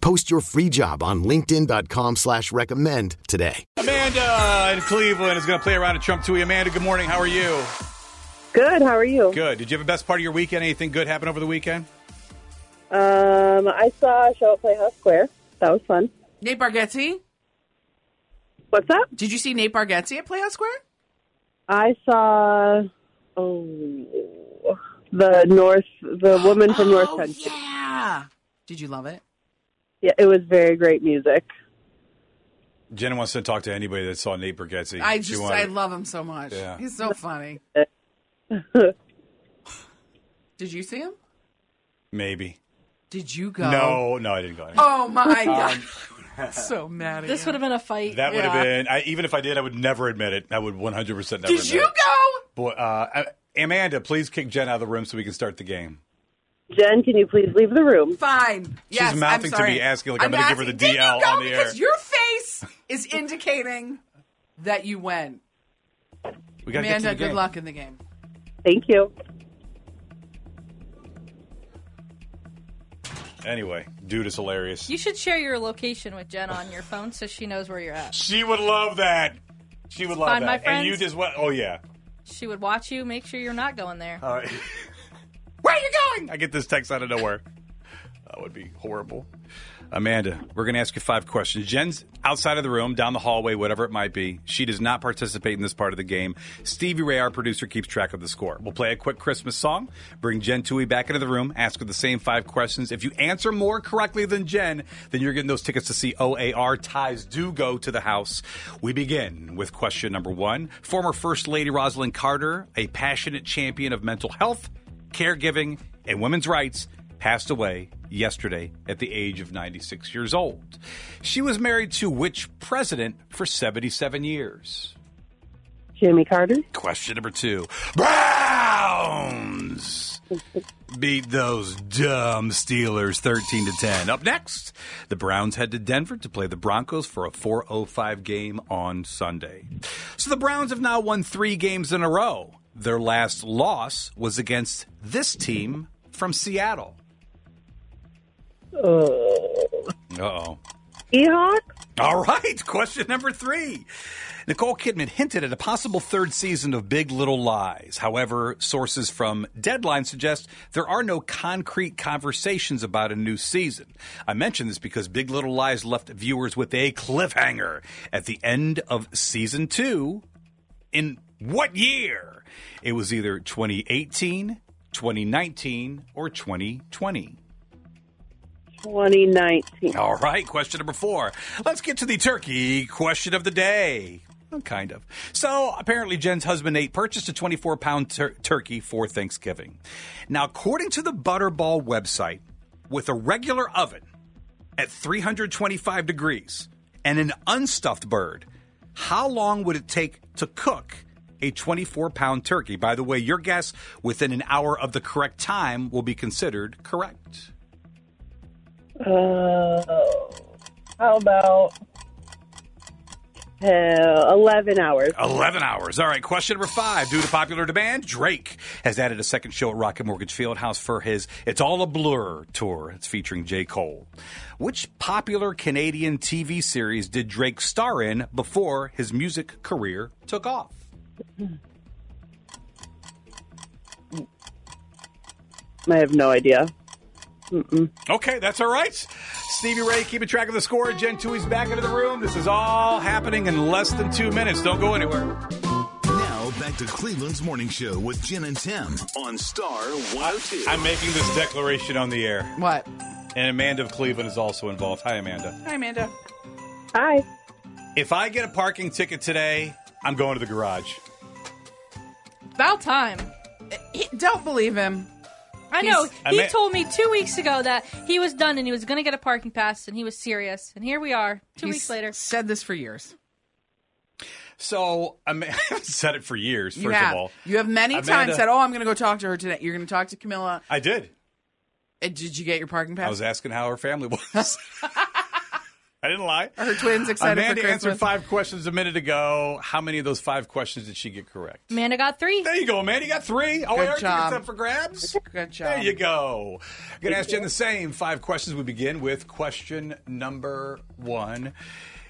Post your free job on linkedin.com slash recommend today. Amanda in Cleveland is going to play around at Trump Tui. Amanda, good morning. How are you? Good. How are you? Good. Did you have a best part of your weekend? Anything good happen over the weekend? Um, I saw a show at Playhouse Square. That was fun. Nate Bargatze? What's up? Did you see Nate Bargatze at Playhouse Square? I saw oh, the North, the woman from North oh, Country. yeah. Did you love it? Yeah, it was very great music. Jenna wants to talk to anybody that saw Nate Bargatze. I She just, wanted- I love him so much. Yeah. He's so funny. Did you see him? Maybe. Did you go? No, Um, no, I didn't go. Oh my god! I'm so mad. At This you. would have been a fight. that would yeah. have been, I, even if I did, I would never admit it. I would 100% never admit Did you it. go? Boy, uh, Amanda, please kick Jen out of the room so we can start the game. Jen, can you please leave the room? Fine. Yes, I'm mouthing to sorry. me, asking, like, I'm gonna give her the asking, did DL you go? on the air. Because your face is indicating that you went. We got Amanda, to good luck in the game. Thank you. Anyway, dude is hilarious. You should share your location with Jen on your phone so she knows where you're at. she would love that. She would love Find that. my and you friends. just went, oh, yeah. She would watch you, make sure you're not going there. All right. Where are you going? I get this text out of nowhere. That would be horrible. Amanda, we're going to ask you five questions. Jen's outside of the room, down the hallway, whatever it might be. She does not participate in this part of the game. Stevie Ray, our producer, keeps track of the score. We'll play a quick Christmas song, bring Jen Tui back into the room, ask her the same five questions. If you answer more correctly than Jen, then you're getting those tickets to see OAR. Ties do go to the house. We begin with question number one. Former First Lady Rosalind Carter, a passionate champion of mental health, caregiving, and women's rights, passed away yesterday at the age of 96 years old. She was married to which president for 77 years? Jimmy Carter. Question number two Browns beat those dumb Steelers 13 to 10. Up next, the Browns head to Denver to play the Broncos for a 405 game on Sunday. So the Browns have now won three games in a row. Their last loss was against this team from Seattle. Uh oh. Seahawks. All right, question number three. Nicole Kidman hinted at a possible third season of Big Little Lies. However, sources from Deadline suggest there are no concrete conversations about a new season. I mention this because Big Little Lies left viewers with a cliffhanger at the end of season two. In what year? It was either 2018, 2019, or 2020. 2019. All right, question number four. Let's get to the turkey question of the day. Well, Kind of. So apparently, Jen's husband Nate purchased a 24 pound tur- turkey for Thanksgiving. Now, according to the Butterball website, with a regular oven at 325 degrees and an unstuffed bird, how long would it take to cook a 24 pound turkey? By the way, your guess within an hour of the correct time will be considered correct. Uh, how about uh, 11 hours? 11 hours. All right, question number five. Due to popular demand, Drake has added a second show at Rocket Mortgage Fieldhouse for his It's All a Blur tour. It's featuring J. Cole. Which popular Canadian TV series did Drake star in before his music career took off? I have no idea. Okay, that's all right. Stevie Ray keeping track of the score. Jen Tui's back into the room. This is all happening in less than two minutes. Don't go anywhere. Now back to Cleveland's morning show with Jen and Tim on Star 102. I'm making this declaration on the air, What? and Amanda of Cleveland is also involved. Hi, Amanda. Hi, Amanda. Hi. If I get a parking ticket today, I'm going to the garage. About time. He- don't believe him. I know. I he may- told me two weeks ago that he was done and he was going to get a parking pass, and he was serious. And here we are, two He's weeks later. said this for years. So Ama- I haven't said it for years. First you have. of all, you have many Amanda- times said, "Oh, I'm going to go talk to her today. You're going to talk to Camilla. I did. Uh, Did you get your parking I pass?" was asking how her family was. I didn't lie. Are her twins excited Amanda for Christmas? answered five questions a minute ago. How many of those five questions did she get correct? Amanda got three. There you go, Amanda. You got three. Oh, Good everything's job. up for grabs. Good job. There you go. Going to ask Jen the same five questions. We begin with question number one.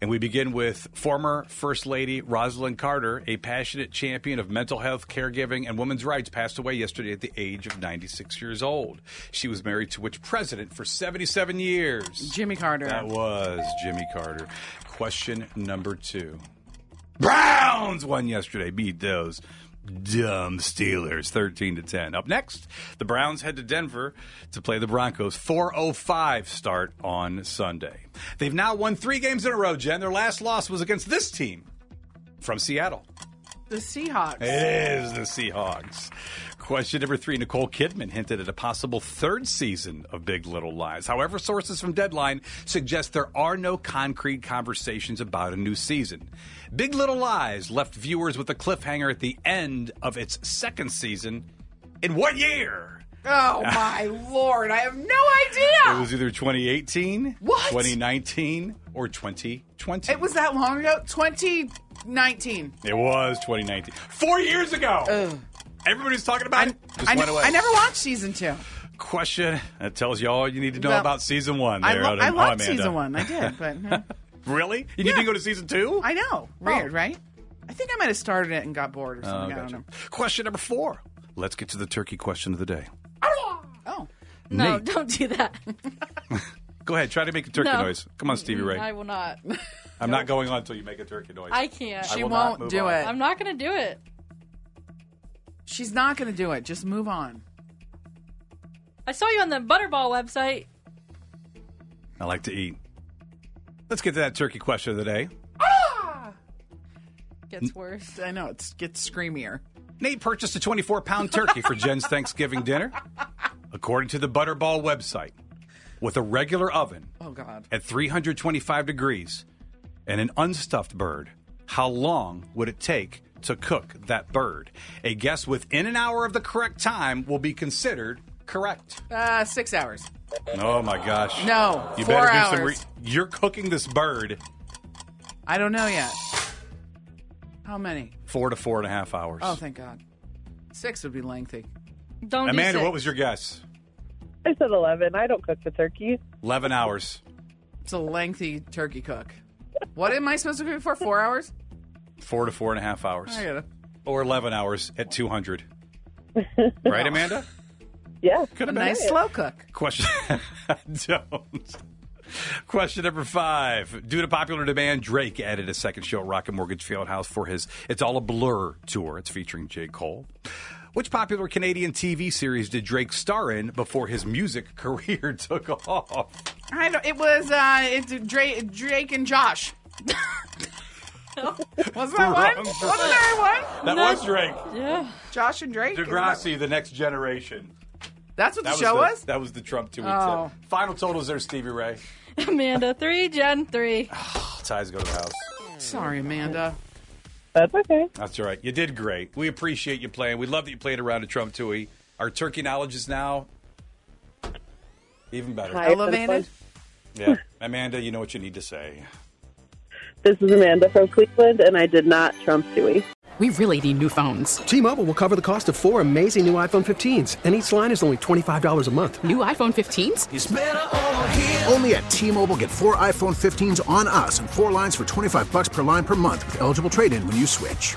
And we begin with former First Lady Rosalind Carter, a passionate champion of mental health, caregiving, and women's rights, passed away yesterday at the age of 96 years old. She was married to which president for 77 years? Jimmy Carter. That was Jimmy Carter. Question number two. Browns won yesterday. Beat those dumb Steelers 13 to 10. Up next, the Browns head to Denver to play the Broncos 405 start on Sunday. They've now won 3 games in a row, Jen. Their last loss was against this team from Seattle. the Seahawks. It is the Seahawks. Question number three Nicole Kidman hinted at a possible third season of Big Little Lies. However, sources from Deadline suggest there are no concrete conversations about a new season. Big Little Lies left viewers with a cliffhanger at the end of its second season. In what year? Oh my lord! I have no It idea. was either 2018, What? 2019, or 2020. It was that long ago. 2019. It was 2019. Four years ago. Everybody's talking about it. Just I, went ne- away. I never watched season two. question that tells you all you need to know Well, about season one. I, There, lo- out I in- oh, loved Amanda. season one. I did, but mm, Really? You didn't go to season two? I know. Weird, right? I think I might have started it and got bored or Oh, something. I don't know. Question number four. Let's get to the turkey question of the day. Oh, no, Nate, don't do that. go ahead. Try to make a turkey No. Mm, noise. Come on, Stevie Ray. I will not. I'm not going on until you make a turkey noise. I can't. I she will not won't move do on. it. I'm not going to do it. She's not going to do it. Just move on. I saw you on the Butterball website. I like to eat. Let's get to that turkey question of the day. Gets worse. I know it's gets screamier. Nate purchased a 24 pound turkey for Jen's Thanksgiving dinner, according to the Butterball website. With a regular oven, Oh God. at 325 degrees and an unstuffed bird, how long would it take to cook that bird? A guess within an hour of the correct time will be considered correct. Uh, six hours. Oh my gosh. No, You four better do hours. some re- You're cooking this bird I don't know yet. How many? four to four and a half hours. Oh, thank God. Six would be lengthy. Don't Amanda, do what was your guess? I said 11. I don't cook the turkey. 11 hours. It's a lengthy turkey cook. What am I supposed to cook for? Four hours? Four to four and a half hours. I gotta. Or 11 hours at 200. right, Amanda? Yeah. Could A have nice slow cook. Question don't. Question number five. Due to popular demand, Drake added a second show at Rocket Mortgage Fieldhouse for his It's All a Blur tour. It's featuring J. Cole. Which popular Canadian TV series did Drake star in before his music career took off? I don't. It was uh, it's Drake, Drake and Josh. Wasn't that one? Wrong. Wasn't there one? That was Drake. Yeah. Josh and Drake. Degrassi, The Next Generation. That's what That the show was, was. the, that was the Trump tweet. Oh. tip. Final totals there, Stevie Ray. Amanda three, Jen three. Ties go to the house. Sorry, Amanda. That's okay. That's all right. You did great. We appreciate you playing. We love that you played around at Trump Tui. Our turkey knowledge is now even better. Hi, it's been fun. Elevated. Yeah. Amanda, you know what you need to say. This is Amanda from Cleveland, and I did not trump Dewey. We really need new phones. T-Mobile will cover the cost of four amazing new iPhone 15s, and each line is only $25 a month. New iPhone 15s? Only at T-Mobile get four iPhone 15s on us and four lines for 25 bucks per line per month with eligible trade-in when you switch.